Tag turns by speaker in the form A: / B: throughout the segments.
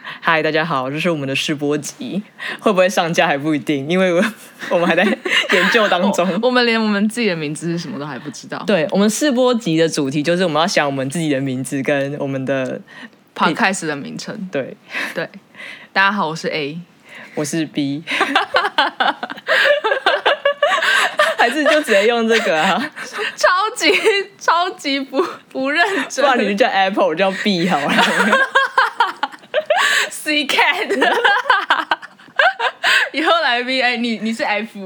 A: 嗨，大家好，这是我们的试播集，会不会上架还不一定，因为我 我们还在研究当 中。
B: 哦我们连我们自己的名字是什么都还不知道。
A: 哦对，我们试播集的主题就是我们要想我们自己的名字跟我们的
B: Podcast 的名称，
A: 对，
B: 对，大家好，我是 A，
A: 我是 B，还是就直接用这个 啊？
B: 超级超级不不认
A: 不
B: 真
A: 然你就叫 Apple，我叫 B 好了。
B: ，C cat，以后来 V A，你你是 F，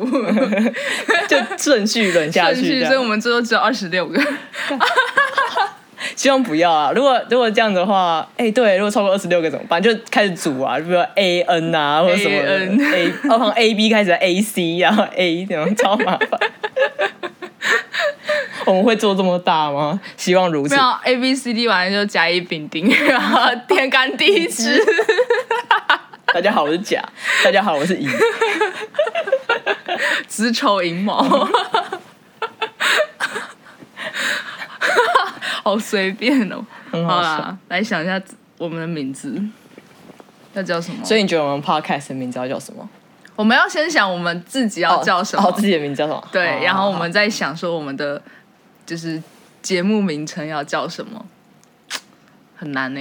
A: 就顺序轮下
B: 顺
A: 去
B: 序，
A: 这
B: 所以我
A: 样。
B: 们最多只有二十六个。
A: 希望不要啊！如果如果这样的话，哎、对，如果超过二十六个怎么办？就开始组啊，比如说 A N 啊，或者什么
B: AN
A: A，哦，从 A B 开始，A C，然后 A 这样超麻烦。 我们会做这么大吗？希望如
B: 没
A: 此。
B: 有 A B C D 完了就甲乙丙丁，然后天干地支。
A: 大家好，我是甲。大家好，我是乙。
B: 子丑寅卯， 好随便哦。
A: 很好
B: 好
A: 笑
B: 啦，来想一下我们的名字要叫什么？
A: 所
B: 以
A: 以你觉得我们 podcast 的名字要叫什么？
B: 我们要先想我们自己要叫什么，
A: 哦，自己的名字叫什么？
B: 对，
A: 好
B: 然后我
A: 好
B: 们再想说我们的就是节目名称要叫什么，很难呢、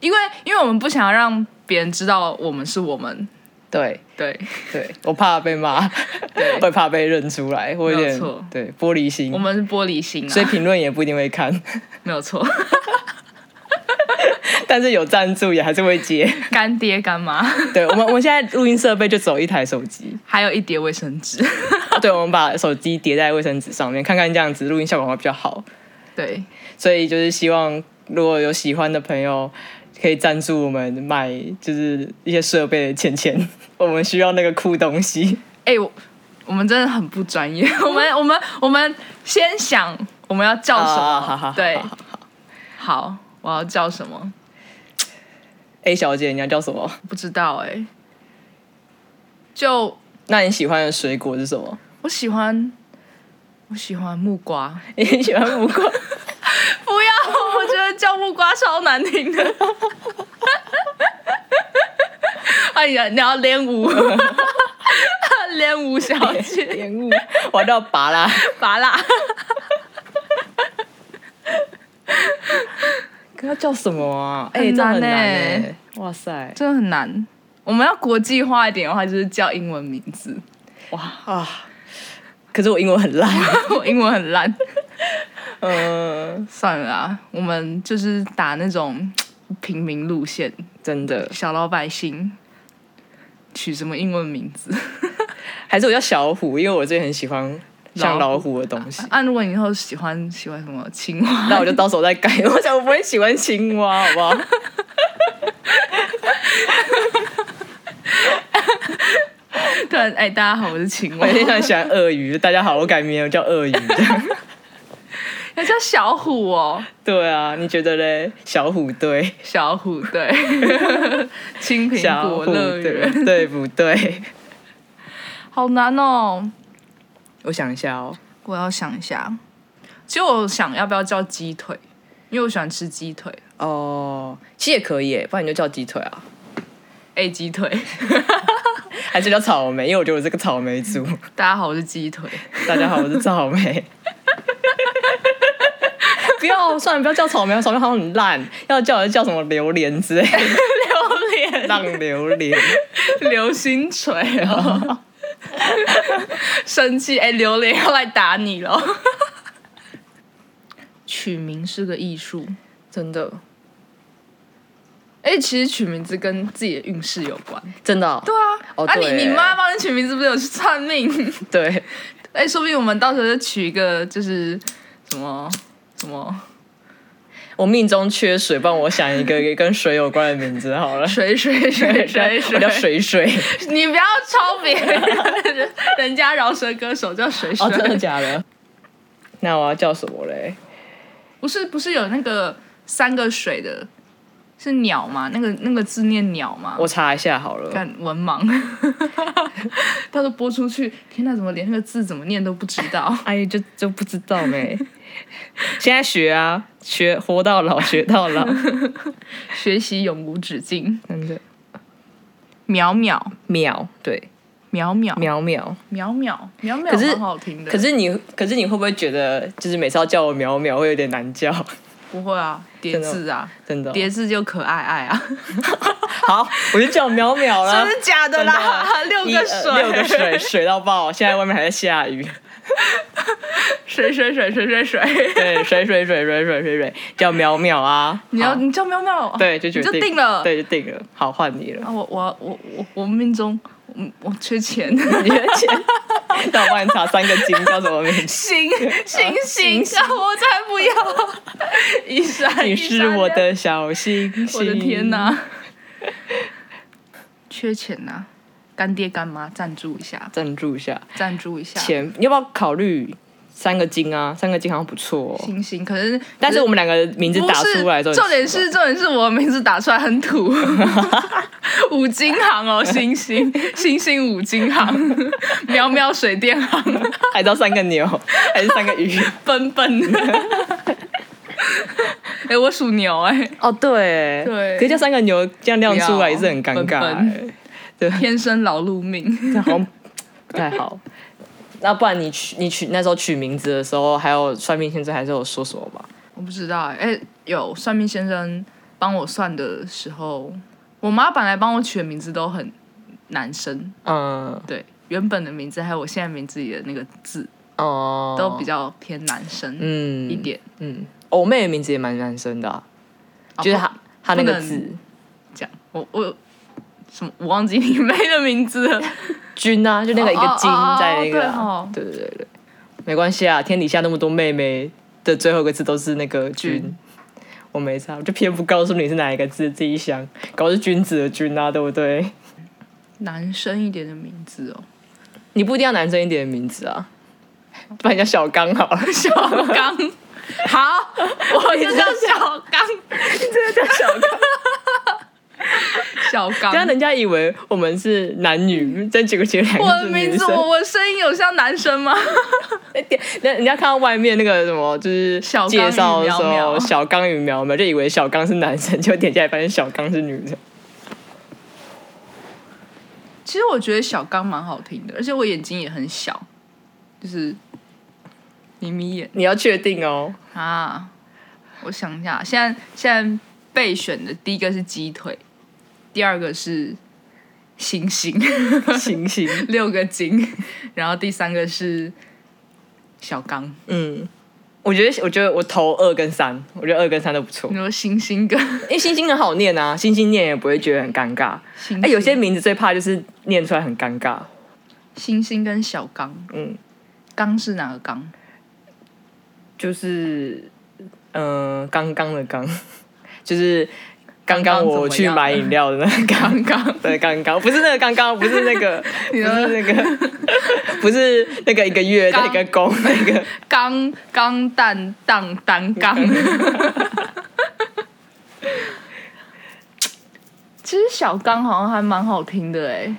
B: 因为因为我们不想要让别人知道我们是我们，
A: 对
B: 对，
A: 对，我怕被骂，
B: 对
A: 会怕被认出来，我有
B: 没有
A: 点
B: 错
A: 对玻璃心
B: 我。们是玻璃心啊，
A: 所以评论也不一定会看，
B: 没有错，
A: 但是有赞助也还是会接。
B: 干爹干妈。
A: 对我们，我们现在录音设备就只有一台手 机，
B: 还有一叠卫生纸。
A: 对，我们把手机叠在卫生纸上面，看看这样子录音效果会比较好。
B: 对，
A: 所以就是希望如果有喜欢的朋友，可以赞助我们买就是一些设备的钱钱， 我们需要那个酷东西。
B: 哎、我我们真的很不专业。 我们我们我们先想我们要叫什么？
A: 啊好好好
B: 对
A: 好好
B: 好，我要叫什么？
A: A 小姐，你要叫什么？
B: 不知道哎、就
A: 那你喜欢的水果是什么？
B: 我喜欢，我喜欢木瓜。
A: 你喜欢木瓜？
B: 不要， 我觉得叫木瓜超难听的。 哎呀，你要练 舞，练舞小姐。
A: 延误，玩到拔啦。
B: 拔啦，
A: 可要叫什么啊？哎、
B: 很
A: 这
B: 难
A: 很难哎、
B: 欸
A: 哇塞，
B: 真的很难。我们要国际化一点的话，就是叫英文名字。
A: 哇啊！可是我英文很烂。
B: 我英文很烂，
A: 嗯，
B: 算了啦，我们就是打那种平民路线，
A: 真的，
B: 小老百姓。取什么英文名 字？
A: 还是我叫小虎，因为我最近很喜欢像老虎的东西。
B: 啊，如果你以后喜欢喜欢什么青蛙，
A: 那 我就到时候再改。 我想我不会喜欢青蛙，好不好？
B: 对，哎、大家好，我是青
A: 我
B: 蛙，
A: 现在喜欢鳄鱼。大家好，我改名我叫鳄鱼。
B: 要叫小虎哦，
A: 对啊，你觉得嘞？小虎队，
B: 小虎 对，青苹
A: 小
B: 果
A: 虎
B: 乐园，
A: 队， 对不对？
B: 好难哦，
A: 我想一下哦，
B: 我要想一下，其实我想要不要叫鸡腿，因为我喜欢吃鸡腿
A: 哦，其实也可以耶，不然你就叫鸡腿啊。
B: ，A 哎鸡腿。
A: 还是叫草莓，因为我觉得我是个草莓族。
B: 大家好，我是鸡腿。
A: 大家好，我是草莓。 不要，算了，不要叫草莓，草莓好像很烂。要叫就叫什么榴莲之类，
B: 榴莲，
A: 浪榴莲。
B: 流星锤哦。生气哎，榴莲要来打你了。取名是个艺术，
A: 真的，
B: 哎，其实取名字跟自己的运势有关。
A: 真的、
B: 对啊，
A: 哦
B: 啊你
A: 对
B: 你妈帮你取名字不是有去算命？
A: 对，
B: 哎，说不定我们到时候就取一个就是什么什么。
A: 我命中缺水，帮我想一个跟水有关的名字好了
B: 水水水水
A: 我
B: 水，
A: 叫水水。
B: 你不要抄别人，人家饶舌歌手叫水水。
A: 哦，真的假的？那我要叫什么嘞？
B: 不是不是有那个三个水的，是鸟吗？那个那个字念鸟吗？
A: 我查一下好了。
B: 干文盲， 到时候播出去，天哪，怎么连那个字怎么念都不知道？
A: 哎，就就不知道没。现在学啊，学活到老学到老，
B: 学习永无止境。
A: 真的
B: 秒秒
A: 秒对
B: 秒秒
A: 秒秒。
B: 秒秒秒秒，
A: 可是
B: 很好听的。
A: 可是你可是你会不会觉得就是每次要叫我秒秒会有点难叫？
B: 不会啊，叠
A: 真的
B: 字啊，
A: 真的哦、
B: 叠字就可爱爱啊，
A: 好，我就叫秒秒啦。
B: 真的假的啦？ 六
A: 一
B: 个
A: 呃
B: 水，
A: 六个水，水到爆！现在外面还在下雨。
B: 水水水水水水。
A: 对，水水水水水水水，叫淼淼啊！
B: 你要
A: 好
B: 你叫喵喵，
A: 对就决
B: 你就
A: 定
B: 定了。
A: 对就定了，好换你了
B: 啊，。我我我我我命中，我我缺钱。
A: 你的钱，那我帮你查三个金叫什么名字？
B: 行行
A: 行
B: 行，啊我才不要！ 一闪，
A: 你
B: 一
A: 是
B: 闪
A: 我
B: 亮，
A: 的小星星。
B: 我的天！哪！ 缺钱呐、干爹干妈赞助一下，
A: 赞助一下
B: 赞助一下。
A: 钱，你要不要考虑三个金啊？三个金好像不错哦。
B: 行行，可是
A: 但是我们两个名字
B: 不
A: 打
B: 是
A: 出来之后，
B: 重点是重点是我名字打出来很土， 五金行哦，星星星星五金行，喵喵水电行，
A: 还到三个 牛，还是三个鱼？
B: 笨 笨。哎、我属牛哎、
A: 哦，对
B: 对
A: 可是叫三个牛这样亮出来也是很尴尬
B: 不要
A: 欸，
B: 天生劳碌命。
A: 这好像不太好。那不然你取你取那时候取名字的时候，还有算命先生还是有说什么吧？
B: 我不知道哎、哎有算命先生帮我算的时候，我妈本来帮我取的名字都很男生，
A: 嗯
B: 对，原本的名字还有我现在名字里的那个字
A: 哦，
B: 都比较偏男生
A: 嗯
B: 一点。
A: 嗯。哦我妹的名字也蛮男生的啊、
B: 啊
A: 就是
B: 不
A: 她她那
B: 不
A: 个
B: 能
A: 字
B: 讲，我我什么我忘记你妹的名字了，
A: 君啊，就那个一
B: 哦
A: 个
B: 哦
A: 金在那个、
B: 哦
A: 对对对对，没关系啊，天底下那么多妹妹的最后一个字都是那个君
B: 君。
A: 我没差，我就偏不告诉你是哪一个字，自己想。搞是君子的君啊，对不对？
B: 男生一点的名字哦，
A: 你不一定要男生一点的名字啊，不然叫小刚好了。
B: 小哦刚。好，我就叫小刚，
A: 真的叫小刚，
B: 小
A: 让
B: 刚。
A: 人家以为我们是男女，但结果其实两
B: 我
A: 个
B: 的
A: 是
B: 名
A: 女
B: 字，
A: 生。
B: 我我声音有像男生吗？
A: 那人家看到外面那个什么，就是
B: 小刚
A: 介
B: 与
A: 绍的时
B: 苗苗
A: 候，小刚与苗苗就以为小刚是男生，结果点进来发现小刚是女生。
B: 其实我觉得小刚蛮好听的，而且我眼睛也很小，就是眯眯眼
A: 你要确定 哦，
B: 啊。我想一下，现在现在备选的第一个是鸡腿，第二个是星星。
A: 星星，
B: 六个金，然后第三个是小刚，
A: 嗯。我觉得，我觉得我投二跟三，我觉得二跟三都不错
B: 你，说星星跟
A: 因为星星很好念啊，星星念也不会觉得很尴尬。
B: 星星，
A: 哎、有些名字最怕就是念出来很尴尬，
B: 星星跟小刚，
A: 嗯，
B: 刚是哪个刚？
A: 就是嗯，刚刚的刚， 就是刚刚
B: 刚怎么
A: 我去
B: 样
A: 买饮料的那个刚。
B: 刚 刚
A: 对，刚刚不是那个刚刚，不是那个，不
B: 你呢
A: 是那个， 不是那个一个月
B: 刚
A: 那个公那个，
B: 刚刚蛋当当刚。 其实小刚好像还蛮好听的哎，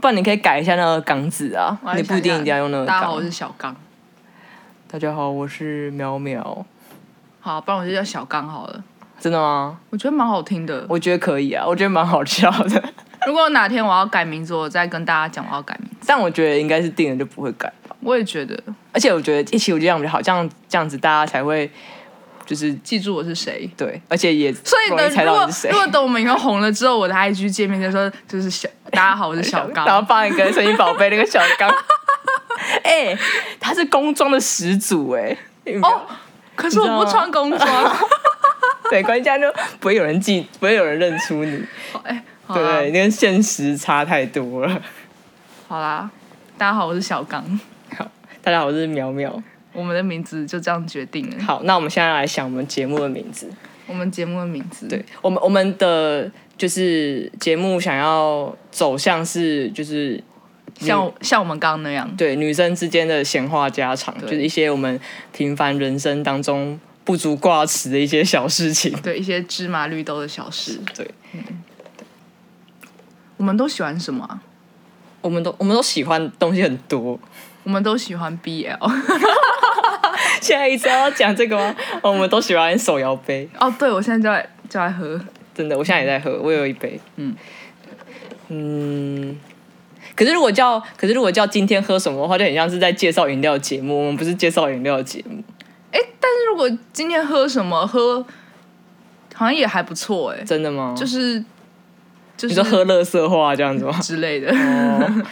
A: 不然你可以改一下那个刚字啊
B: 我，来
A: 你不一定
B: 想
A: 一定要用那个
B: 大家好，我
A: 刚
B: 是。小刚，
A: 大家好，我是淼淼，
B: 好，不然我就叫小刚好了，
A: 真的吗？
B: 我觉得蛮好听的。
A: 我觉得可以啊，我觉得蛮好笑的，
B: 如果哪天我要改名字，我再跟大家讲我要改名字。
A: 但我觉得应该是定了就不会改吧，
B: 我也觉得，
A: 而且我觉得一起我觉得这样比较好，这样这样子大家才会就是
B: 记住我是谁。
A: 对，而且也
B: 所以
A: 容易
B: 等
A: 猜
B: 如
A: 到
B: 果
A: 你是谁
B: 如。果等我们以后红了之后，我的 IG 界面就说就是小大家好，我是小
A: 然后
B: 刚，
A: 放一个声音宝贝那个小刚， 哎、他是工装的始祖哎、
B: 哦，可是我不穿工装，
A: 对，关键就不会有人记，不会有人认出你，
B: 哎，好
A: 对不
B: 啦
A: 对？你跟现实差太多了。
B: 好啦，大家好，我是小刚，
A: 好，大家好，我是淼淼。
B: 我们的名字就这样决定了，
A: 好，那我们现在来想我们节目的名字。
B: 我们节目的名字，
A: 对，我们我们的就是节目想要走向是就是
B: 像像我们刚刚那样，
A: 对女生之间的闲话家常，就是一些我们平凡人生当中不足挂齿的一些小事情。
B: 对一些芝麻绿豆的小事，
A: 对，
B: 我们都喜欢什么啊？
A: 我们都我们都喜欢的东西很多，
B: 我们都喜欢 BL，
A: 现在一直要讲这个吗？哦我们都喜欢手摇杯，
B: 哦，对，我现在就在就在喝，
A: 真的，我现在也在喝，我有一杯。
B: 嗯
A: 嗯可是如果叫，可是如果叫今天喝什么的话，就很像是在介绍饮料节目。我们不是介绍饮料节目，
B: 哎，但是如果今天喝什么喝，好像也还不错哎，
A: 真的吗？
B: 就是是就
A: 你
B: 是
A: 说喝乐色话这样子吗？
B: 之类的。
A: 哦，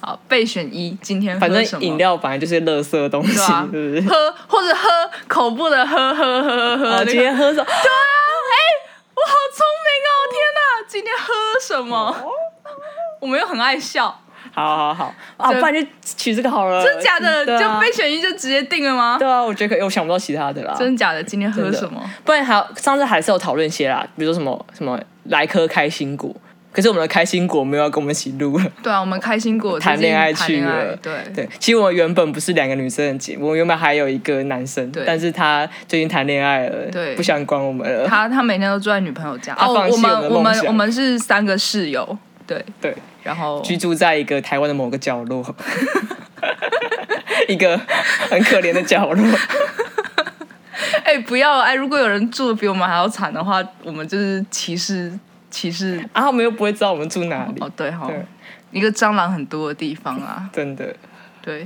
B: 好，备选一，今天
A: 反
B: 喝什
A: 正
B: 么
A: 饮料本来就是乐色东西，
B: 对啊
A: 是不是？
B: 喝或者喝口部的喝喝喝喝喝，
A: 啊，
B: 那
A: 今
B: 个
A: 天喝什么？
B: 哎我好聪明哦！天哪，今天喝什么？我们又很爱笑，
A: 好好好啊，
B: 这
A: 不然就取这个好了。
B: 真假的
A: 对啊
B: 就备选一就直接定了吗？
A: 对啊，我觉得可以，我想不到其他的啦。
B: 真假的，今天喝
A: 真的
B: 什么？
A: 不然还有上次还是有讨论一些啦，比如说什么什么来颗开心果，可是我们的开心果没有要跟我们一起录了。
B: 对啊，我们开心果
A: 谈
B: 最近
A: 恋爱
B: 谈
A: 去
B: 恋爱
A: 了
B: 对
A: 对，其实我原本不是两个女生的节目，我原本还有一个男生
B: 对，
A: 但是他最近谈恋爱了，
B: 对
A: 不想管我们了。
B: 他他每天都住在女朋友家。哦
A: 他放弃
B: 我
A: 我们
B: 们
A: 的
B: 我
A: 梦
B: 们
A: 想
B: 我们是三个室友，对，
A: 对，
B: 然后
A: 居住在一个台湾的某个角落， 一个很可怜的角落。
B: 哎、不要哎、如果有人住的比我们还要惨的话，我们就是歧视歧视
A: 啊，他们又不会知道我们住哪里，
B: 哦，对哈、
A: 对
B: 一个蟑螂很多的地方啊，
A: 真的。
B: 对，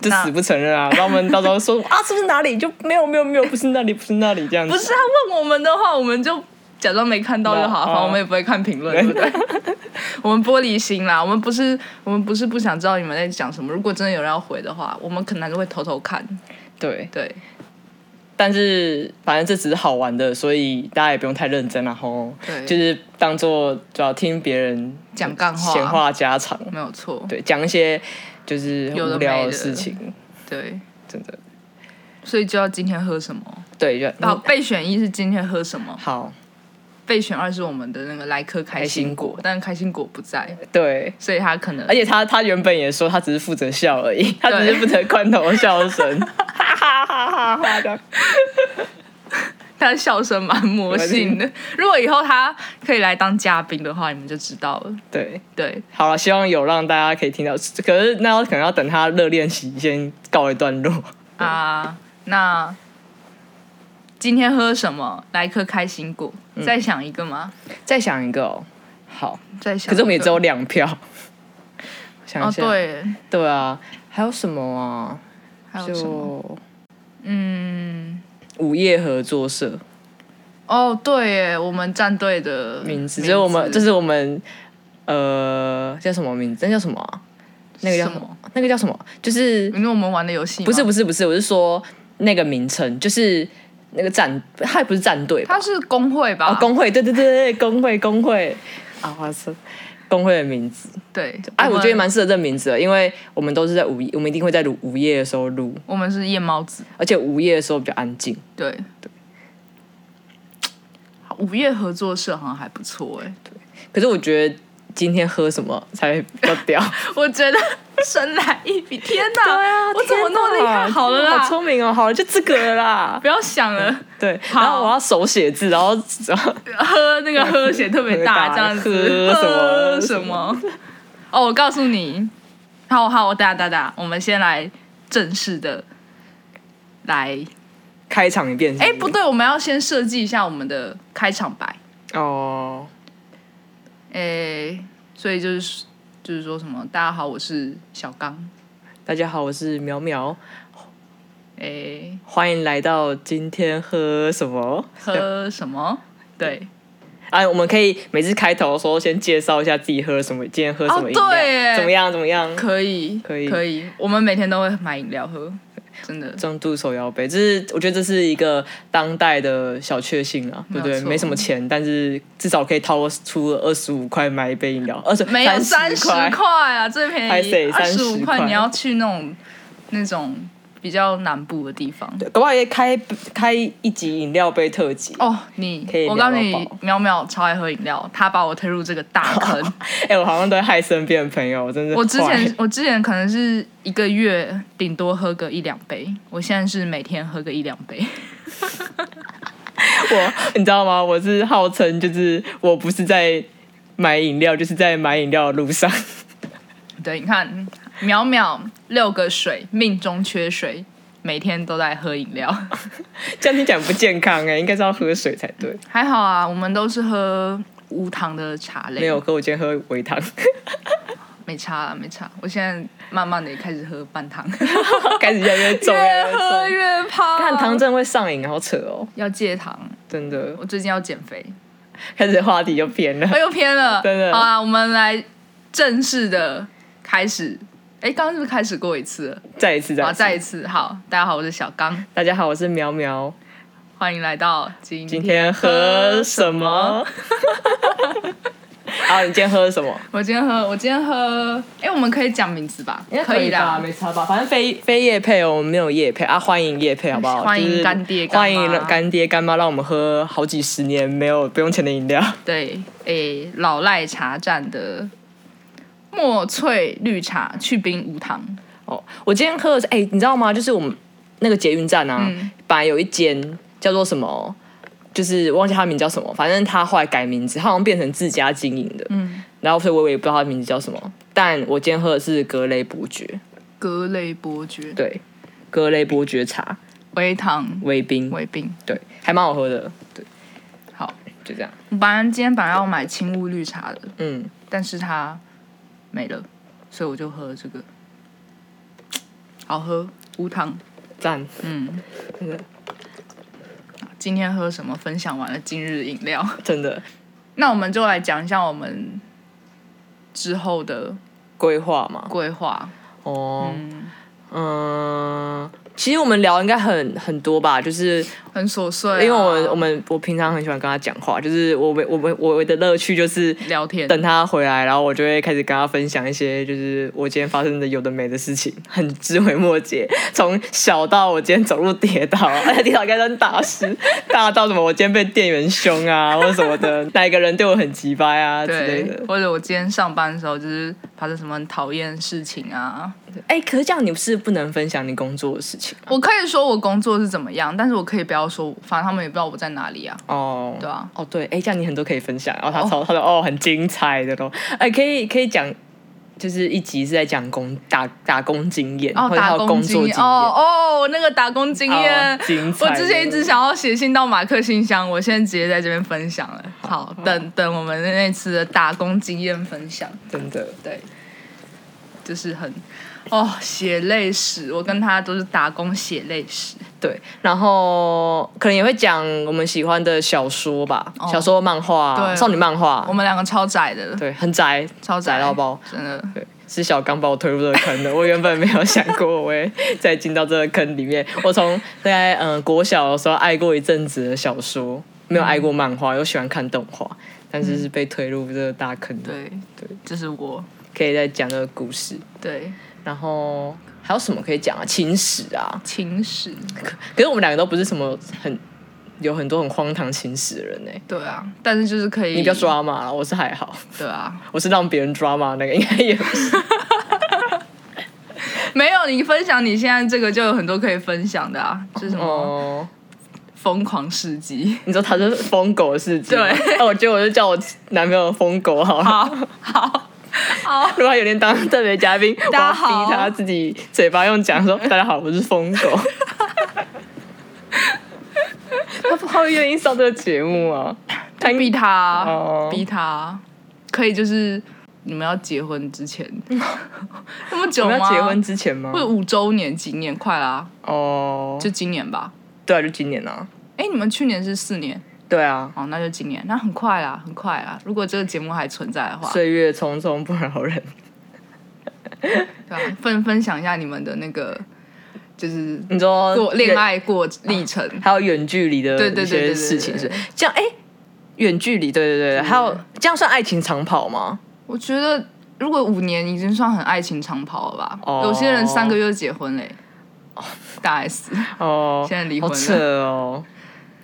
A: 就
B: 那
A: 死不承认啊！然后我们到时候 说啊，是不是哪里？就没有没有没有，不是那里，不是那里这样子。
B: 不是他问我们的话，我们就假装没看到就
A: 那
B: 好，反正
A: 哦
B: 我们也不会看评论，对
A: 哎
B: 不对？我们玻璃心啦，我们不是我们不是不想知道你们在讲什么，如果真的有人要回的话，我们可能还是会偷偷看，
A: 对，
B: 对，
A: 但是反正这只是好玩的，所以大家也不用太认真然后
B: 对
A: 就是当做主要听别人
B: 讲干话
A: 闲话家常，
B: 没有错，
A: 对，讲一些就是
B: 有的
A: 无聊
B: 没的
A: 的事情，
B: 对，
A: 真的
B: 所以就要今天喝什么？
A: 对，就
B: 好，
A: 嗯
B: 备选一是今天喝什么，
A: 好
B: 备选二是我们的那个来颗开心
A: 开心
B: 果
A: 果，哎
B: 但开心果不在，
A: 对。
B: 所以他可能
A: 而且他他原本也说他只是负责笑而已， 他只是负责罐头笑声，哈哈哈哈哈的。
B: 他的笑声蛮魔性的。如果以后他可以来当嘉宾的话，你们就知道了。
A: 对，
B: 对，
A: 好了，希望有让大家可以听到，可是那要可能要等他热恋期先告一段落。
B: 啊，那今天喝什么？来一颗开心果，
A: 嗯
B: 再想一个吗？
A: 再想一个哦，好，
B: 再想一个。
A: 可是我们也只有两票。 想一
B: 哦，
A: 下，
B: 对，
A: 对啊，还有什么啊？
B: 还有什么？
A: 就
B: 嗯，
A: 午夜合作社
B: 哦，对耶，我们战队的
A: 嗯名字，就是我们，这是我们呃叫什么名字？那叫什么啊、那个叫
B: 什
A: 什
B: 么
A: 么？那个叫什么？就是
B: 因为我们玩的游戏吗
A: 不是不是不是，我是说那个名称，就是那个战，它也不是战队吧
B: 它？是工会吧？
A: 啊，工会，对对对对，工会工会啊，我是工会的名字。
B: 对，
A: 哎、我觉得
B: 们
A: 蛮适合这名字的，因为我们都是在午夜，我们一定会在午午夜的时候录，
B: 我们是夜猫子，
A: 而且午夜的时候比较安静。
B: 对对。好午夜合作社好像还不错哎，
A: 可是我觉得今天喝什么才比较 屌？
B: 我觉得神来一笔，啊天哪！ 我怎么那么厉
A: 啊天
B: 害？
A: 哪
B: 好了
A: 好
B: 啦，
A: 聪明哦，好了，就这个了 啦。
B: 不要想了，
A: 对，
B: 好
A: 然后我要手写字，然后 然后
B: 喝 那个喝显特别
A: 喝
B: 大，
A: 大
B: 这样子
A: 喝什么
B: 喝什么？哦，我告诉你，好好，我打打打，我们先来正式的来，
A: 开场一遍。
B: 哎，不对，我们要先设计一下我们的开场白，
A: 哦，
B: 哎，所以就是就是说什么，大家好，我是小刚，
A: 大家好，我是苗苗，
B: 哎，
A: 欢迎来到今天喝什么？
B: 喝什么？对，
A: 哎，我们可以每次开头的时候先介绍一下自己喝了什么，今天喝什么饮料，
B: 哦对耶
A: 怎么样？怎么样？
B: 可以，
A: 可以
B: 可以，我们每天都会买饮料喝，真的。
A: 中度手摇杯，这是我觉得这是一个当代的小确幸啊，对不
B: 没
A: 对
B: 有？错
A: 没什么钱，但是至少可以掏出二十五块买一杯饮 料，二十
B: 没有三
A: 三
B: 十
A: 块，
B: 块啊，最便
A: 拍
B: 宜
A: 谁
B: 二十五
A: 30
B: 块，
A: 块
B: 你要去那种那种比较南部的地方。
A: 对搞不好也开开一集饮料杯特辑。
B: 哦，你
A: 可以
B: 我
A: 聊
B: 告
A: 到
B: 诉你
A: 饱，
B: 淼淼超爱喝饮料，她把我推入这个大坑。
A: 哎、我好像都在害身边的朋友，我真是
B: 我 之
A: 坏
B: 前我之前可能是一个月顶多喝个一两杯，我现在是每天喝个一两杯。
A: 我，你知道吗？我是号称就是我不是在买饮料，就是在买饮料的路上。
B: 对，你看淼淼六个水命中缺水，每天都在喝饮料。
A: 这样听讲不健康哎、应该是要喝水才对。
B: 还好啊，我们都是喝无糖的茶类，
A: 没有，可我今天喝微糖，
B: 没差啊，没差。我现在慢慢的开始喝半 糖，
A: 开始越来越重，越来 越
B: 越喝
A: 重。
B: 越胖，
A: 看糖真的会上瘾，好扯哦，
B: 要戒糖。
A: 真的。
B: 我最近要减肥，
A: 开始话题就偏了
B: 我，又偏了。
A: 真的
B: 好啊，我们来正式的开始。哎，刚刚是不是开始过一次了？
A: 再一次，再
B: 好，
A: 一次。
B: 再一次。好，大家好，我是小刚，
A: 大家好，我是苗苗，
B: 欢迎来到今
A: 今天喝什么？ 啊，你今天喝什么？
B: 我今天喝，我今天喝，哎，我们可以讲名字吧？以
A: 吧，
B: 的。
A: 没差吧？反正非非叶配哦，我们没有叶配啊，欢迎叶配好不好？
B: 欢迎
A: 就是
B: 干爹干 妈
A: 欢迎干爹干妈，让我们喝好几十年没有不用钱的饮料。
B: 对，哎，老赖茶站的墨翠绿茶去冰无糖，
A: 哦，我今天喝的是，哎、你知道吗？就是我们那个捷运站啊，
B: 嗯
A: 本来有一间叫做什么，就是忘记它名叫什么，反正它后来改名字，它好像变成自家经营的，
B: 嗯，
A: 然后所以我也不知道它名字叫什么。但我今天喝的是格雷伯爵，
B: 格雷伯爵，
A: 对，格雷伯爵茶
B: 微糖
A: 微冰，
B: 微冰。
A: 对，还蛮好喝的，对，
B: 好，
A: 就这样，
B: 我本来今天本来要买青雾绿茶的，
A: 嗯，
B: 但是它没了，所以我就喝这个，好喝，无糖。
A: 赞，
B: 嗯，
A: 真的
B: 今天喝什么？分享完了今日饮料，
A: 真的
B: 那我们就来讲一下我们之后的
A: 规划嘛，
B: 规划。
A: 哦，
B: 嗯，
A: 嗯，其实我们聊应该很很多吧，就是。
B: 很琐碎啊、
A: 因为我们我们我平常很喜欢跟他讲话，就是我们我们我的乐趣就是
B: 聊天，
A: 等他回来，然后我就会开始跟他分享一些就是我今天发生的有的没的事情， 很枝微末节，从小到我今天走路跌倒， 而且跌倒应该算大事， 大到什么我今天被店员凶啊，或 者什么的，哪一个人对我很急掰啊之类
B: 对
A: 的，。
B: 或者我今天上班的时候就是发生什么很讨厌的事情啊，
A: 哎、可是这样你不是不能分享你工作的事情
B: 我可以说我工作是怎么样，但是我可以不要说，反正他们也不知道我在哪里啊，
A: 哦？
B: 对啊，
A: 哦，对，哎，这样你很多可以分享。然后他超他说哦，很精彩的咯。哎，可以可以讲，就是一集是在讲工打打工经验，
B: 哦，
A: 或者还
B: 打
A: 有作
B: 工经
A: 经
B: 验
A: 验。
B: 哦哦，那个打工经验
A: 哦，精彩
B: 我
A: 的
B: 之前一直想要写信到马克信箱，我现在直接在这边分享了。好，等等我们那次的打工经验分享，
A: 真的，
B: 对，就是很哦血泪史，我跟他都是打工血泪史。
A: 对。然后可能也会讲我们喜欢的小说吧，
B: 哦
A: 小说、漫画、
B: 对
A: 少女漫画
B: 我，们两个超窄的，
A: 对，很宅，
B: 超
A: 宅
B: 窄
A: 到爆。
B: 真的。
A: 对，是小刚把我推入这个坑的。我原本没有想过我会 再进到这个坑里面。我从大概嗯、呃国小的时候爱过一阵子的小说，没有爱过漫画，又喜欢看动画，但是是被推入这个大坑的。
B: 对
A: 对，
B: 这是我。
A: 可以再讲这个故事，
B: 对，
A: 然后还有什么可以讲啊？情史啊，
B: 情史。
A: 可是我们两个都不是什么很有很多很荒唐情史的人呢、
B: 对啊，但是就是可以。
A: 你不要。抓嘛，我是还好，
B: 对啊，
A: 我是让别人抓嘛，那个应该也不是。
B: 没有你分享你现在这个就有很多可以分享的啊，就是什么
A: 哦，
B: 疯狂 事迹。
A: 你说他是疯狗的事情吗，哦
B: 对
A: 那我觉得我就叫我男朋友疯狗好了。
B: 好好好，
A: 如果他有天当特别嘉宾，我
B: 大家
A: 要
B: 好
A: 逼他自己嘴巴用讲说：“大家好，我是疯 狗。”他不会愿意上这个节目啊？他
B: 逼他，
A: 哦
B: 逼他，可以就是你们要结婚 之前，那么久
A: 我们
B: 吗？
A: 要结婚之前吗
B: 会？五周年纪念，快啦、
A: 哦，
B: 就今年吧。
A: 对啊，就今年啊。
B: 哎，你们去年是四年，
A: 对啊，
B: 哦，那就今年，那很快啦，很快啦。如果这个节目还存在的话，
A: 岁月匆匆不饶人。
B: 对啊，分分享一下你们的那个，就是
A: 你说
B: 过恋
A: 远，
B: 爱过历程。
A: 还有远距离的
B: 对对对
A: 一
B: 对
A: 些
B: 对对
A: 事情是这样？哎，远距离，对对对，还有这样算爱情长跑吗？
B: 我觉得如果五年已经算很爱情长跑了吧，
A: 哦
B: 有些人三个月就结婚嘞。大 S，
A: 哦，
B: 现在离婚了
A: 好扯哦。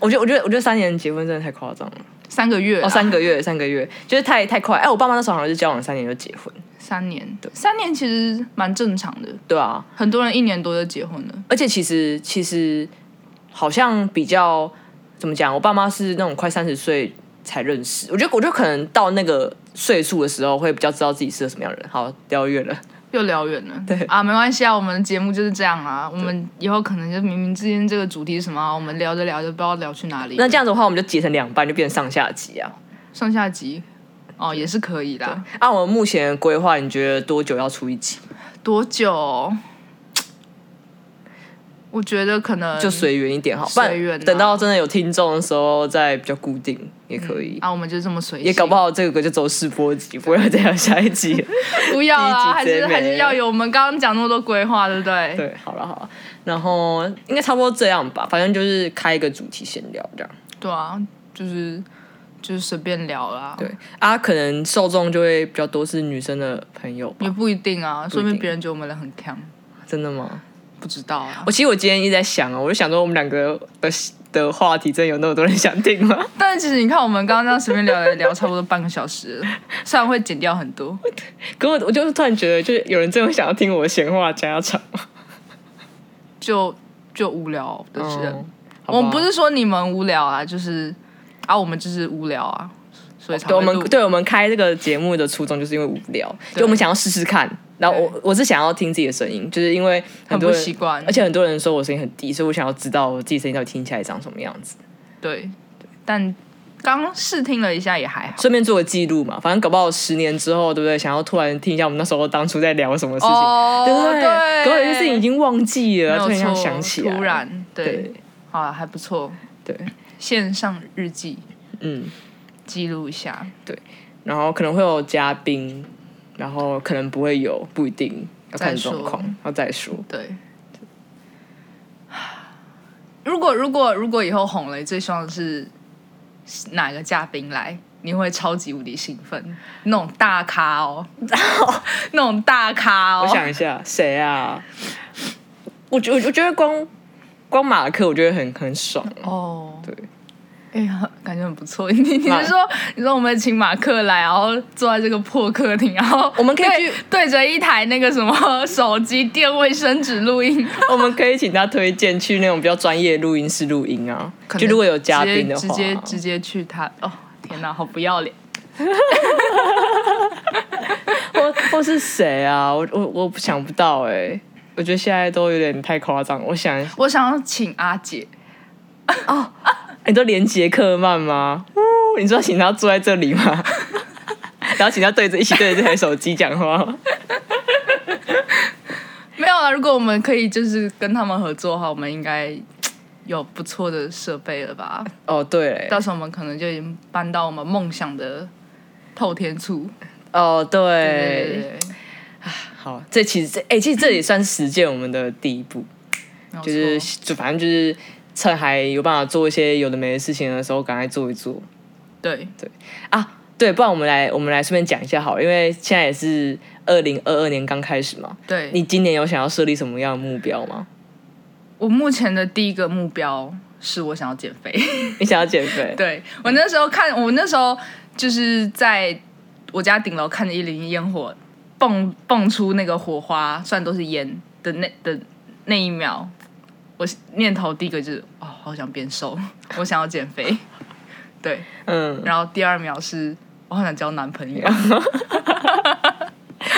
A: 我觉得，我觉得，我觉得三年结婚真的太夸张了。
B: 三个月啊
A: 哦，三个月，三个月，就是太太快。哎、我爸妈那时候好像是交往三年就结婚，
B: 三年，三年其实蛮正常的，
A: 对啊。
B: 很多人一年多就结婚了。
A: 而且其实其实好像比较怎么讲，我爸妈是那种快三十岁才认识。我觉得，我觉得可能到那个岁数的时候，会比较知道自己适合什么样的人。好，掉远了。
B: 又聊远了。
A: 对
B: 啊，没关系啊，我们的节目就是这样啊。我们以后可能就明明之间这个主题是什么啊、我们聊着聊着不知道聊去哪里。
A: 那这样子的话，我们就截成两半，就变成上下集啊。
B: 上下集哦也是可以的。
A: 按我们目前的规划，你觉得多久要出一集？
B: 多久？我觉得可能
A: 就随缘一点好，不然
B: 随缘啊
A: 等到真的有听众的时候再比较固定也可以。
B: 啊，我们就这么随性，
A: 也搞不好这个就走试播集，不会再有下一集。
B: 不要啊，还
A: 第一集直接
B: 是
A: 没
B: 还是要有我们刚刚讲那么多规划，对不 对？
A: 对，好了好了，然后应该差不多这样吧，反正就是开一个主题闲聊这样。
B: 对啊，就是就是随便聊啦，
A: 对啊，可能受众就会比较多是女生的朋友吧
B: 也不一定啊，
A: 一定
B: 说明别人觉得我们俩很强，
A: 真的吗？
B: 不知道啊
A: 我。其实我今天一直在想哦，我就想说我们两个的的话题真的有那么多人想听吗？
B: 但其实你看，我们刚刚这样随便聊聊差不多半个小时了，虽然会剪掉很多，
A: 可我我就是突然觉得，就是有人真的想要听我的闲话家常。
B: 就就无聊的人。
A: 嗯好吧
B: 我们不是说你们无聊啊，就是啊，我们就是无聊啊，所以才
A: 对我
B: 会
A: 们
B: 录。
A: 对我们开这个节目的初衷就是因为无聊，
B: 对
A: 就我们想要试试看。然后我我是想要听自己的声音，就是因为很多人
B: 很不习惯
A: 而且很多人说我声音很低，所以我想要知道我自己声音到底听起来长什么样子，
B: 对，但刚试听了一下也还好。
A: 顺便做个记录嘛。反正搞不好十年之后，对不对？想要突然听一下我们那时候当初在聊什么事情，
B: 哦
A: 对不对？
B: 对
A: 搞不好有些事情已经忘记
B: 没
A: 了，突
B: 有
A: 然想
B: 错，
A: 想起来，
B: 突然对
A: 对，
B: 好啊，还不错。
A: 对，
B: 线上日记
A: 嗯。
B: 记录一下，
A: 然后可能会有嘉宾，然后可能不会有，不一定要看
B: 再说
A: 状况，要再说。
B: 对。 如果如果如果以后红了，最希望是哪个嘉宾来？你会超级无敌兴奋，那种大咖 哦，那种大咖哦。
A: 我想一下，谁啊？我觉我我觉得光光马克，我觉得很很爽。
B: 哦，
A: 对，
B: 哎呀，感觉很不错。你你
A: 马
B: 是说你说我们请马克来，然后坐在这个破客厅，然后
A: 我们可以
B: 对
A: 去
B: 对着一台那个什 么手机电卫生纸录音，
A: 我们可以请他推荐去那种比较专业的录音室录音啊。
B: 可能
A: 就如果有嘉宾的话，
B: 直接直接直接去他哦，天哪，好不要脸！
A: 或或是谁啊？我我我想不到哎、我觉得现在都有点太夸张。我想，
B: 我想要请阿姐，
A: 你都连杰克曼吗？呜，你知道请他坐在这里吗？ 然后请他对着一起对着这台手机讲话吗。
B: 没有啊，如果我们可以就是跟他们合作的话，我们应该有不错的设备了吧？
A: 哦，对嘞，
B: 到时候我们可能就已经搬到我们梦想的透天处。
A: 哦，对，
B: 对对对，
A: 好，这其实这哎、其实这也算是实践我们的第一步，
B: 没有
A: 就是
B: 错
A: 就反正就是趁还有办法做一些有的没的事情的时候，赶快做一做
B: 对
A: 啊。对，不然我们来我们来顺便讲一下好了，因为现在也是二零二二年刚开始嘛。
B: 对。
A: 你今年有想要设立什么样的目标吗？
B: 我目前的第一个目标是我想要减肥。
A: 你想要减肥？
B: 对我那时候看，我那时候就是在我家顶楼看着一零一烟火蹦蹦出那个火花，虽然都是烟的那的那一秒，我念头第一个就是哦，好想变瘦， 我想要减肥。对，
A: 嗯，
B: 然后第二秒是我好想交男朋友。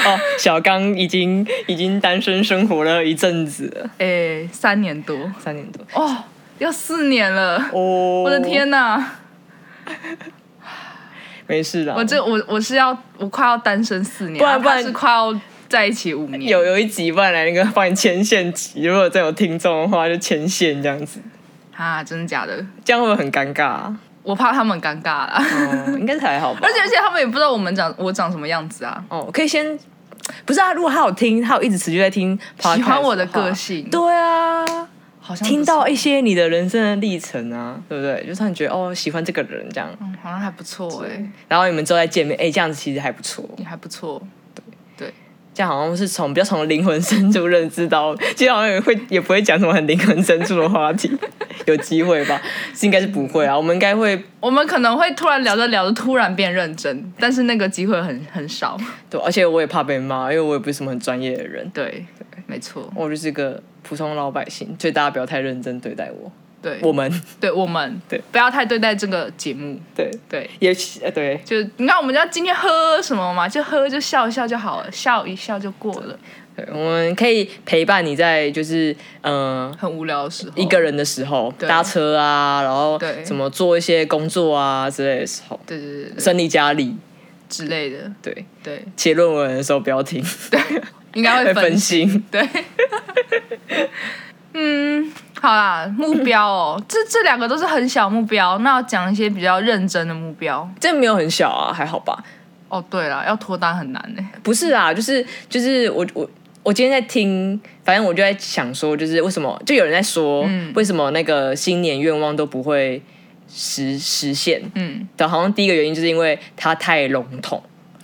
A: 哦，小刚已经已经单身生活了一阵子了，
B: 诶，三年多
A: 三年多。
B: 哦，要四年了，
A: 哦，
B: 我的天，哪！
A: 没事啦，
B: 我这我我是要我快要单身四年，
A: 哦不然
B: 啊
A: 不然
B: 他是快要在一起五年。
A: 有有一集，不然来那个帮你牵线集，如果真有听众的话，就牵线这样子，
B: 啊，真的假的？
A: 这样会不会很尴尬、啊？
B: 我怕他们尴尬啦。
A: 哦，应该是还好吧。
B: 而且而且他们也不知道我们长我长什么样子啊，
A: 哦，可以先，不是啊，如果他有听，他有一直持续在听 podcast 话，
B: 喜欢我的个性
A: 对啊，
B: 好像不是
A: 听到一些你的人生的历程啊，对不对？就算你觉得哦喜欢这个人这样，
B: 嗯，好像还不错哎、
A: 然后你们之后再见面，哎，这样子其实还不错，
B: 也还不错。
A: 这样好像是从比较从灵魂深处认知到，其实好像也会也不会讲什么很灵魂深处的话题， 有机会吧？是应该是不会啊，我们应该会
B: 我们可能会突然聊着聊着突然变认真，但是那个机会很 很少。
A: 对，而且我也怕被骂，因为我也不是什么很专业的人，
B: 对，没错。
A: 我就是个普通老百姓，所以大家不要太认真对待我。
B: 对，
A: 我们
B: 对我们
A: 对
B: 不要太对待这个节目，
A: 对，
B: 对，
A: 也许呃对，
B: 就你看我们要今天喝什么嘛，就喝就笑一笑就好了，笑一笑就过了，
A: 对我们可以陪伴你在就是嗯、呃
B: 很无聊的时候
A: 一个。人的时候，
B: 对
A: 搭车啊，然后
B: 对
A: 什么做一些工作啊之类的时候，
B: 对对对对
A: 整理家里，
B: 之类的，
A: 对，
B: 对，
A: 写论文的时候不要听，
B: 应该会
A: 会 分
B: 分析。
A: 心。
B: 对，嗯，好啦，目标哦，这这两个都是很小目标，那要讲一些比较认真的目标。
A: 这没有很小啊，还好吧？
B: 哦，对了，要脱单很难呢。欸
A: 不是啊，就是就是我我。我今天在听，反正我就在想说，就是为什么就有人在说，
B: 嗯
A: 为什么那个新年愿望都不会实实现？
B: 嗯，
A: 的好像第一个原因就是因为它太笼统。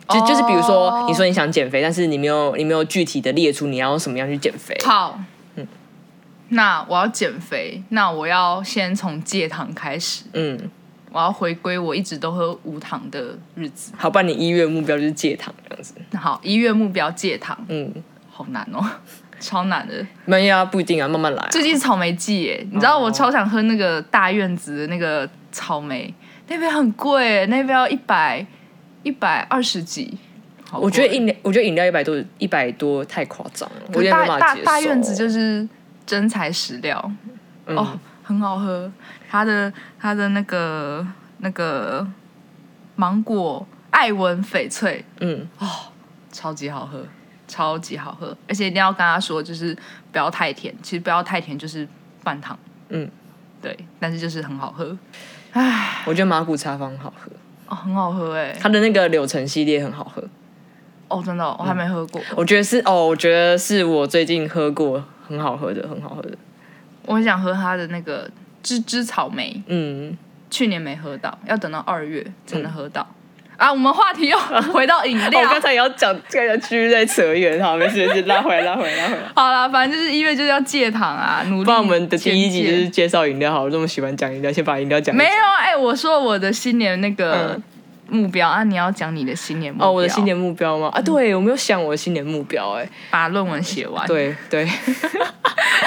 A: 就
B: 哦
A: 就是比如说，你说你想减肥，但是你没有你没有具体的列出你要用什么样去减肥。
B: 好，那我要减肥，那我要先从戒糖开始，
A: 嗯，
B: 我要回归我一直都喝无糖的日子。
A: 好，不然你一月目标就是戒糖这样子。
B: 好，一月目标戒糖，
A: 嗯，
B: 好难哦， 超难的。
A: 没有啊，不一定啊，慢慢来啊、
B: 最近草莓季耶，你知道我
A: 哦
B: 超想喝那个大院子的那个草莓，那边很贵耶，那边要一百一百二十几。
A: 啊
B: 好贵
A: 我觉得饮料，我觉得饮料一百多一百多太夸张了，我有点没
B: 大
A: 办法
B: 大
A: 接受。
B: 大院子就是真材实料、
A: 嗯
B: 哦，很好喝。它的它的那个那个芒果艾文翡翠
A: 嗯，
B: 超级好喝，超级好喝，而且一定要跟他说，就是不要太甜，其实不要太甜就是半糖，
A: 嗯，
B: 对，但是就是很好喝。
A: 我觉得马古茶坊好喝，
B: 哦，很好喝哎、
A: 它的那个柳橙系列很好喝。
B: 哦，真的哦、我
A: 嗯
B: 还没喝过。
A: 我觉得是哦，我觉得是我最近喝过很好喝的，很好喝的。
B: 我很想喝它的那个芝芝草莓，
A: 嗯，
B: 去年没喝到，要等到二月才能喝到。啊，我们话 题又回到饮料。
A: 哦我刚才也要讲，这个继续在扯远，好，没事，就拉回来，拉回来，拉回 来。
B: 好啦，反正就是一月就是要戒糖啊，努力。
A: 不然我们的第一集就是介绍饮料，好，我这么喜欢讲饮料，先把饮料讲一
B: 没
A: 讲。
B: 有哎、我说我的新年那个
A: 嗯
B: 目标、啊，你要讲你的新年目标
A: 哦，我的新年目标吗？啊，对，我没有想我的新年目标、哎，
B: 把论文写完，，
A: 对对，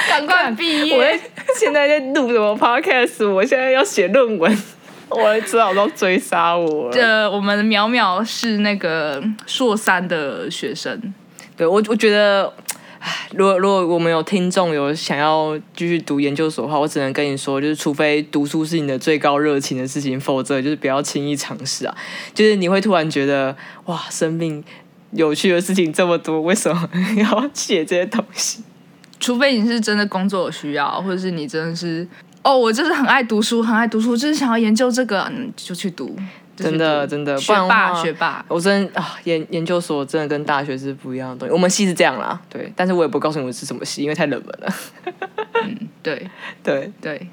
B: 赶快毕
A: 我在
B: 业。
A: 现在在录什么 podcast？我现在要写论文， 我的指导都追杀我了。
B: 呃，我们的淼淼是那个硕三的学生，
A: 对我，我觉得，唉如果如果我们有听众有想要继续读研究所的话，我只能跟你说，就是除非读书是你的最高热情的事情，否则就是不要轻易尝试啊。就是你会突然觉得，哇，生命有趣的事情这么多，为什么 要写这些东西？
B: 除非你是真的工作有需要，或者是你真的是哦，我就是很爱读书，很爱读书，就是想要研究这个，嗯，就去读。就去
A: 真的
B: 读
A: 真的
B: 学
A: 不然的
B: 霸
A: 话
B: 学霸，
A: 我真啊，研研究所真的跟大学是不一样的东西。我们系是这样啦，对，但是我也不告诉你我是什么系，因为太冷门了。
B: 对
A: 对，
B: 对，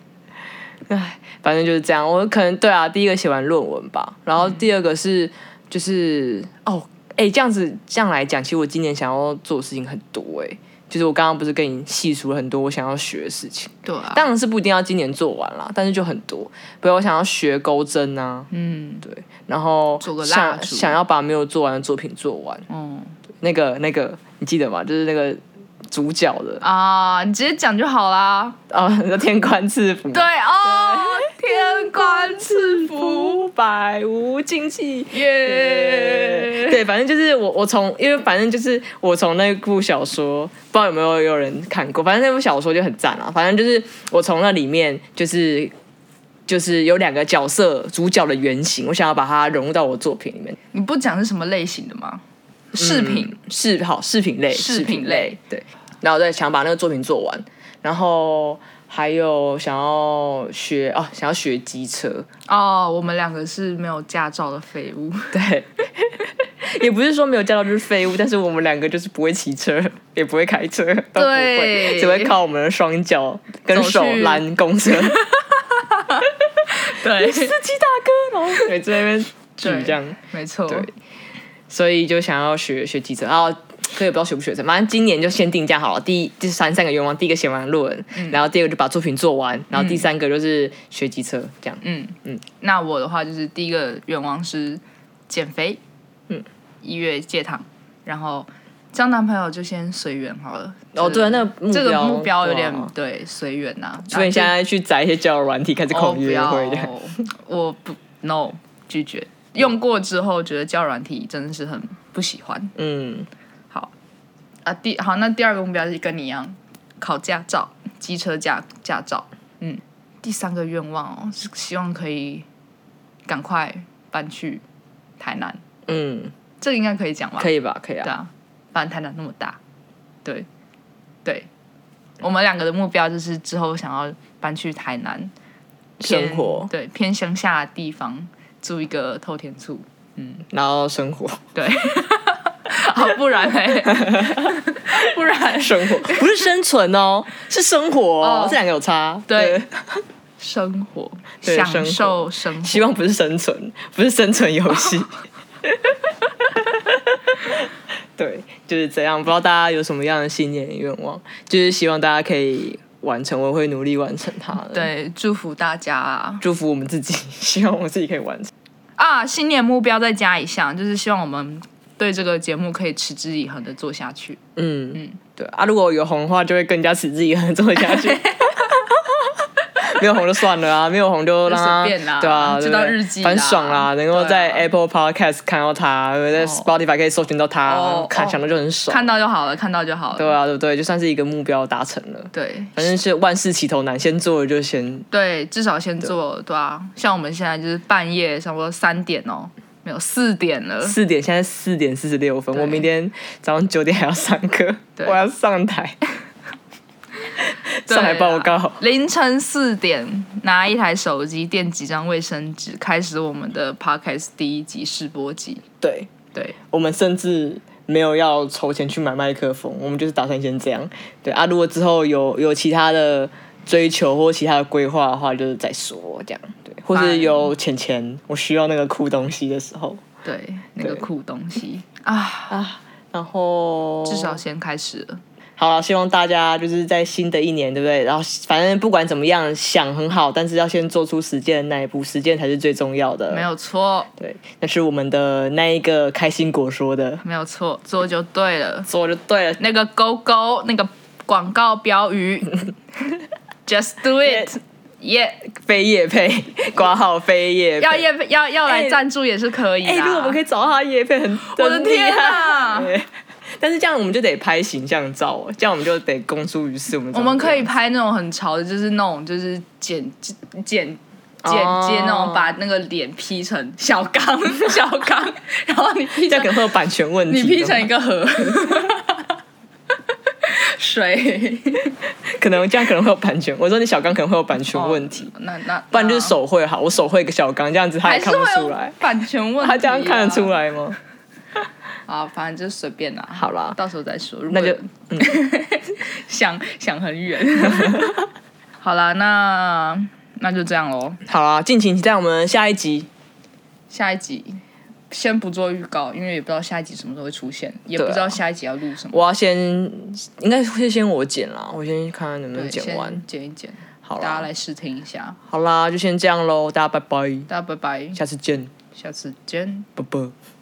A: 反正就是这样。我可能对啊，第一个写完论文吧，然后第二个是就是哦，哎、这样子这样来讲，其实我今年想要做的事情很多哎、就是我刚刚不是跟你细数了很多我想要学的事情，
B: 对啊，
A: 当然是不一定要今年做完啦，但是就很多，比如我想要学钩针啊，
B: 嗯
A: 对，然后
B: 做个蜡
A: 想
B: 烛
A: 想要把没有做完的作品做完，
B: 嗯
A: 那个那个你记得吗？就是那个主角的
B: 啊，你直接讲就好啦。
A: 啊，天官赐福，
B: 对哦，天官赐福，
A: 福百无禁忌。
B: 耶！
A: 对，反正就是我，我从因为反正就是我从那部小说，不知道有没有有人看过，反正那部小说就很赞啊。反正就是我从那里面就是就是有两个角色主角的原型，我想要把它融入到我作品里面。
B: 你不讲是什么类型的吗？
A: 嗯
B: 饰品，
A: 饰好饰品类，
B: 饰品类
A: 对。然后再想把那个作品做完，然后还有想要学哦，想要学机车，
B: 哦，我们两个是没有驾照的废物。
A: 对。 也不是说没有驾照就是废物，但是我们两个就是不会骑车， 也不会开车，都不会，
B: 对
A: 只会靠我们的双脚跟手
B: 走去
A: 拦公 车。
B: 对
A: 司机大哥，然后对在那边举
B: 对
A: 这样，
B: 没错，
A: 对所以就想要学学啊机车，然后可以不知道学不学成，反正今年就先定价好了。第一就是三三个愿望，第一个写完论文，
B: 嗯
A: 然后第二个就把作品做完，然后第三个就是学机车这样。
B: 嗯
A: 嗯
B: 嗯。那我的话就是第一个愿望是减肥，
A: 嗯，
B: 一月戒糖，然后交男朋友就先随缘好了。
A: 哦，对，那个目标
B: 这个目标有点
A: 对啊
B: 对随缘呐。
A: 所以你现
B: 啊
A: 在去载一些交友软体，开始
B: 就哦
A: 恐
B: 不
A: 约
B: 要
A: 会这样。，
B: 我不 no 拒绝。用过之后觉得交友软体真的是很不喜欢
A: 嗯，
B: 啊。第好，那第二个目标是跟你一样，考驾照，机车驾驾照。嗯，第三个愿望哦，是希望可以赶快搬去台南。
A: 嗯，
B: 这个应该可以讲吧？
A: 可以吧？可以
B: 对
A: 啊。
B: 啊，反正台南那么大，对，对，我们两个的目标就是之后想要搬去台南偏
A: 生活，
B: 对，偏乡下的地方租一个透天厝，
A: 然后生活，
B: 对，啊，不 然嘞，不然
A: 生活不是生存 哦，是生活哦
B: 哦，
A: 这两个有差。
B: 对，生活，
A: 对
B: 享
A: 生活
B: 受生活，
A: 希望不是生存， 不是生存游 戏。对，就是这样。不知道大家有什么样的新年愿望，就是希望大家可以完成，我会努力完成它的。，
B: 对，祝福大家啊！
A: 祝福我们自己， 希望我们自己可以完成。
B: 啊，新年目标再加一项，就是希望我们对这个节目可以持之以恒的做下去。
A: 嗯嗯，对啊，如果有红的话，就会更加持之以恒地做下 去。 没有红就算了啊，没有红就让他
B: 就随便啦
A: 对啊，
B: 就当
A: 对不对
B: 日记啦
A: 很爽啦，能够在
B: 对啊
A: Apple Podcast 看到他，对不对在
B: 哦
A: Spotify 可以搜寻到他
B: 哦，
A: 看
B: 哦
A: 想到就很爽。
B: 看到就好了，看到就好了。
A: 对啊，对不对？就算是一个目标达成了，
B: 对
A: 反正是万事起头难，先做了就先
B: 对，至少先做，对啊。像我们现在就是半夜差不多三点哦，没有四点了，
A: 四点，现在四点四十六分，
B: 呃对
A: 我明天早上九点还要上课，
B: 对
A: 我要上台
B: 对 啊
A: 上台报
B: 啦
A: 告。
B: 凌晨四点，拿一台手机垫几张卫生纸，开始我们的 podcast 第一集试播集。
A: 对，
B: 对
A: 我们甚至没有要筹钱去买麦克风，我们就是打算先这样。对啊，如果之后有有其他的追求或其他的规划的话，就是再说这样。对，或是
B: Fine
A: 有钱钱，我需要那个酷东西的时候
B: 对，那个
A: 对
B: 酷东 西啊，
A: 啊，然后
B: 至少先开始了。
A: 好了，希望大家就是在新的一年，对不对？然后反正不管怎么样，想很好，但是要先做出实践的那一步，实践才是最重要的。
B: 没有错，
A: 对，那是我们的那一个开心果说的，
B: 没有错，做就对了。
A: 做就对了。
B: 那个勾勾，那个广告标 语，Just do it，耶、
A: 非叶 配，挂号非叶
B: 要
A: 配。
B: 叶要要来
A: 哎
B: 赞助也是可以的。
A: 哎、如果我们可以找到他叶配很，
B: 我的天
A: 啊！
B: 啊
A: 对但是这样我们就得拍形象照哦，这样我们就得公诸于世。我们
B: 我们可
A: 长这样
B: 以拍那种很潮的，就是那种就是剪剪剪剪
A: 哦
B: 接那种，把那个脸 P 成小刚 小刚，然后你 P
A: 这样可
B: 成
A: 能会有版权问题的
B: 你
A: 嘛。
B: P 成一个河，水
A: 可能这样可能会有版权。我说你小刚可能会有版权问题。
B: 哦那那
A: 不然就是手绘好，我手绘一个小刚，这样子他
B: 还
A: 也
B: 是
A: 看不
B: 会
A: 出
B: 有
A: 来，
B: 版权问题、
A: 他这样看得出。来吗？
B: 啊，反正就随便啦。
A: 好啦
B: 到时候再说。如
A: 那
B: 果
A: 就
B: 想想很远。 好啦，那那就这样喽。
A: 好啦，敬请期待我们下一集。
B: 下一集先不做预告，因为也不知道下一集什么时候会出现，也不
A: 对啊
B: 知道下一集要录什么。
A: 我要先，应该会先我剪啦，我先看看能不能
B: 对，
A: 剪完
B: 先。剪一剪，
A: 好
B: 大家
A: 啦，
B: 来试听一下。
A: 好啦，就先这样喽，大家拜拜，
B: 大家拜拜，
A: 下次见，
B: 下次见。
A: 拜拜。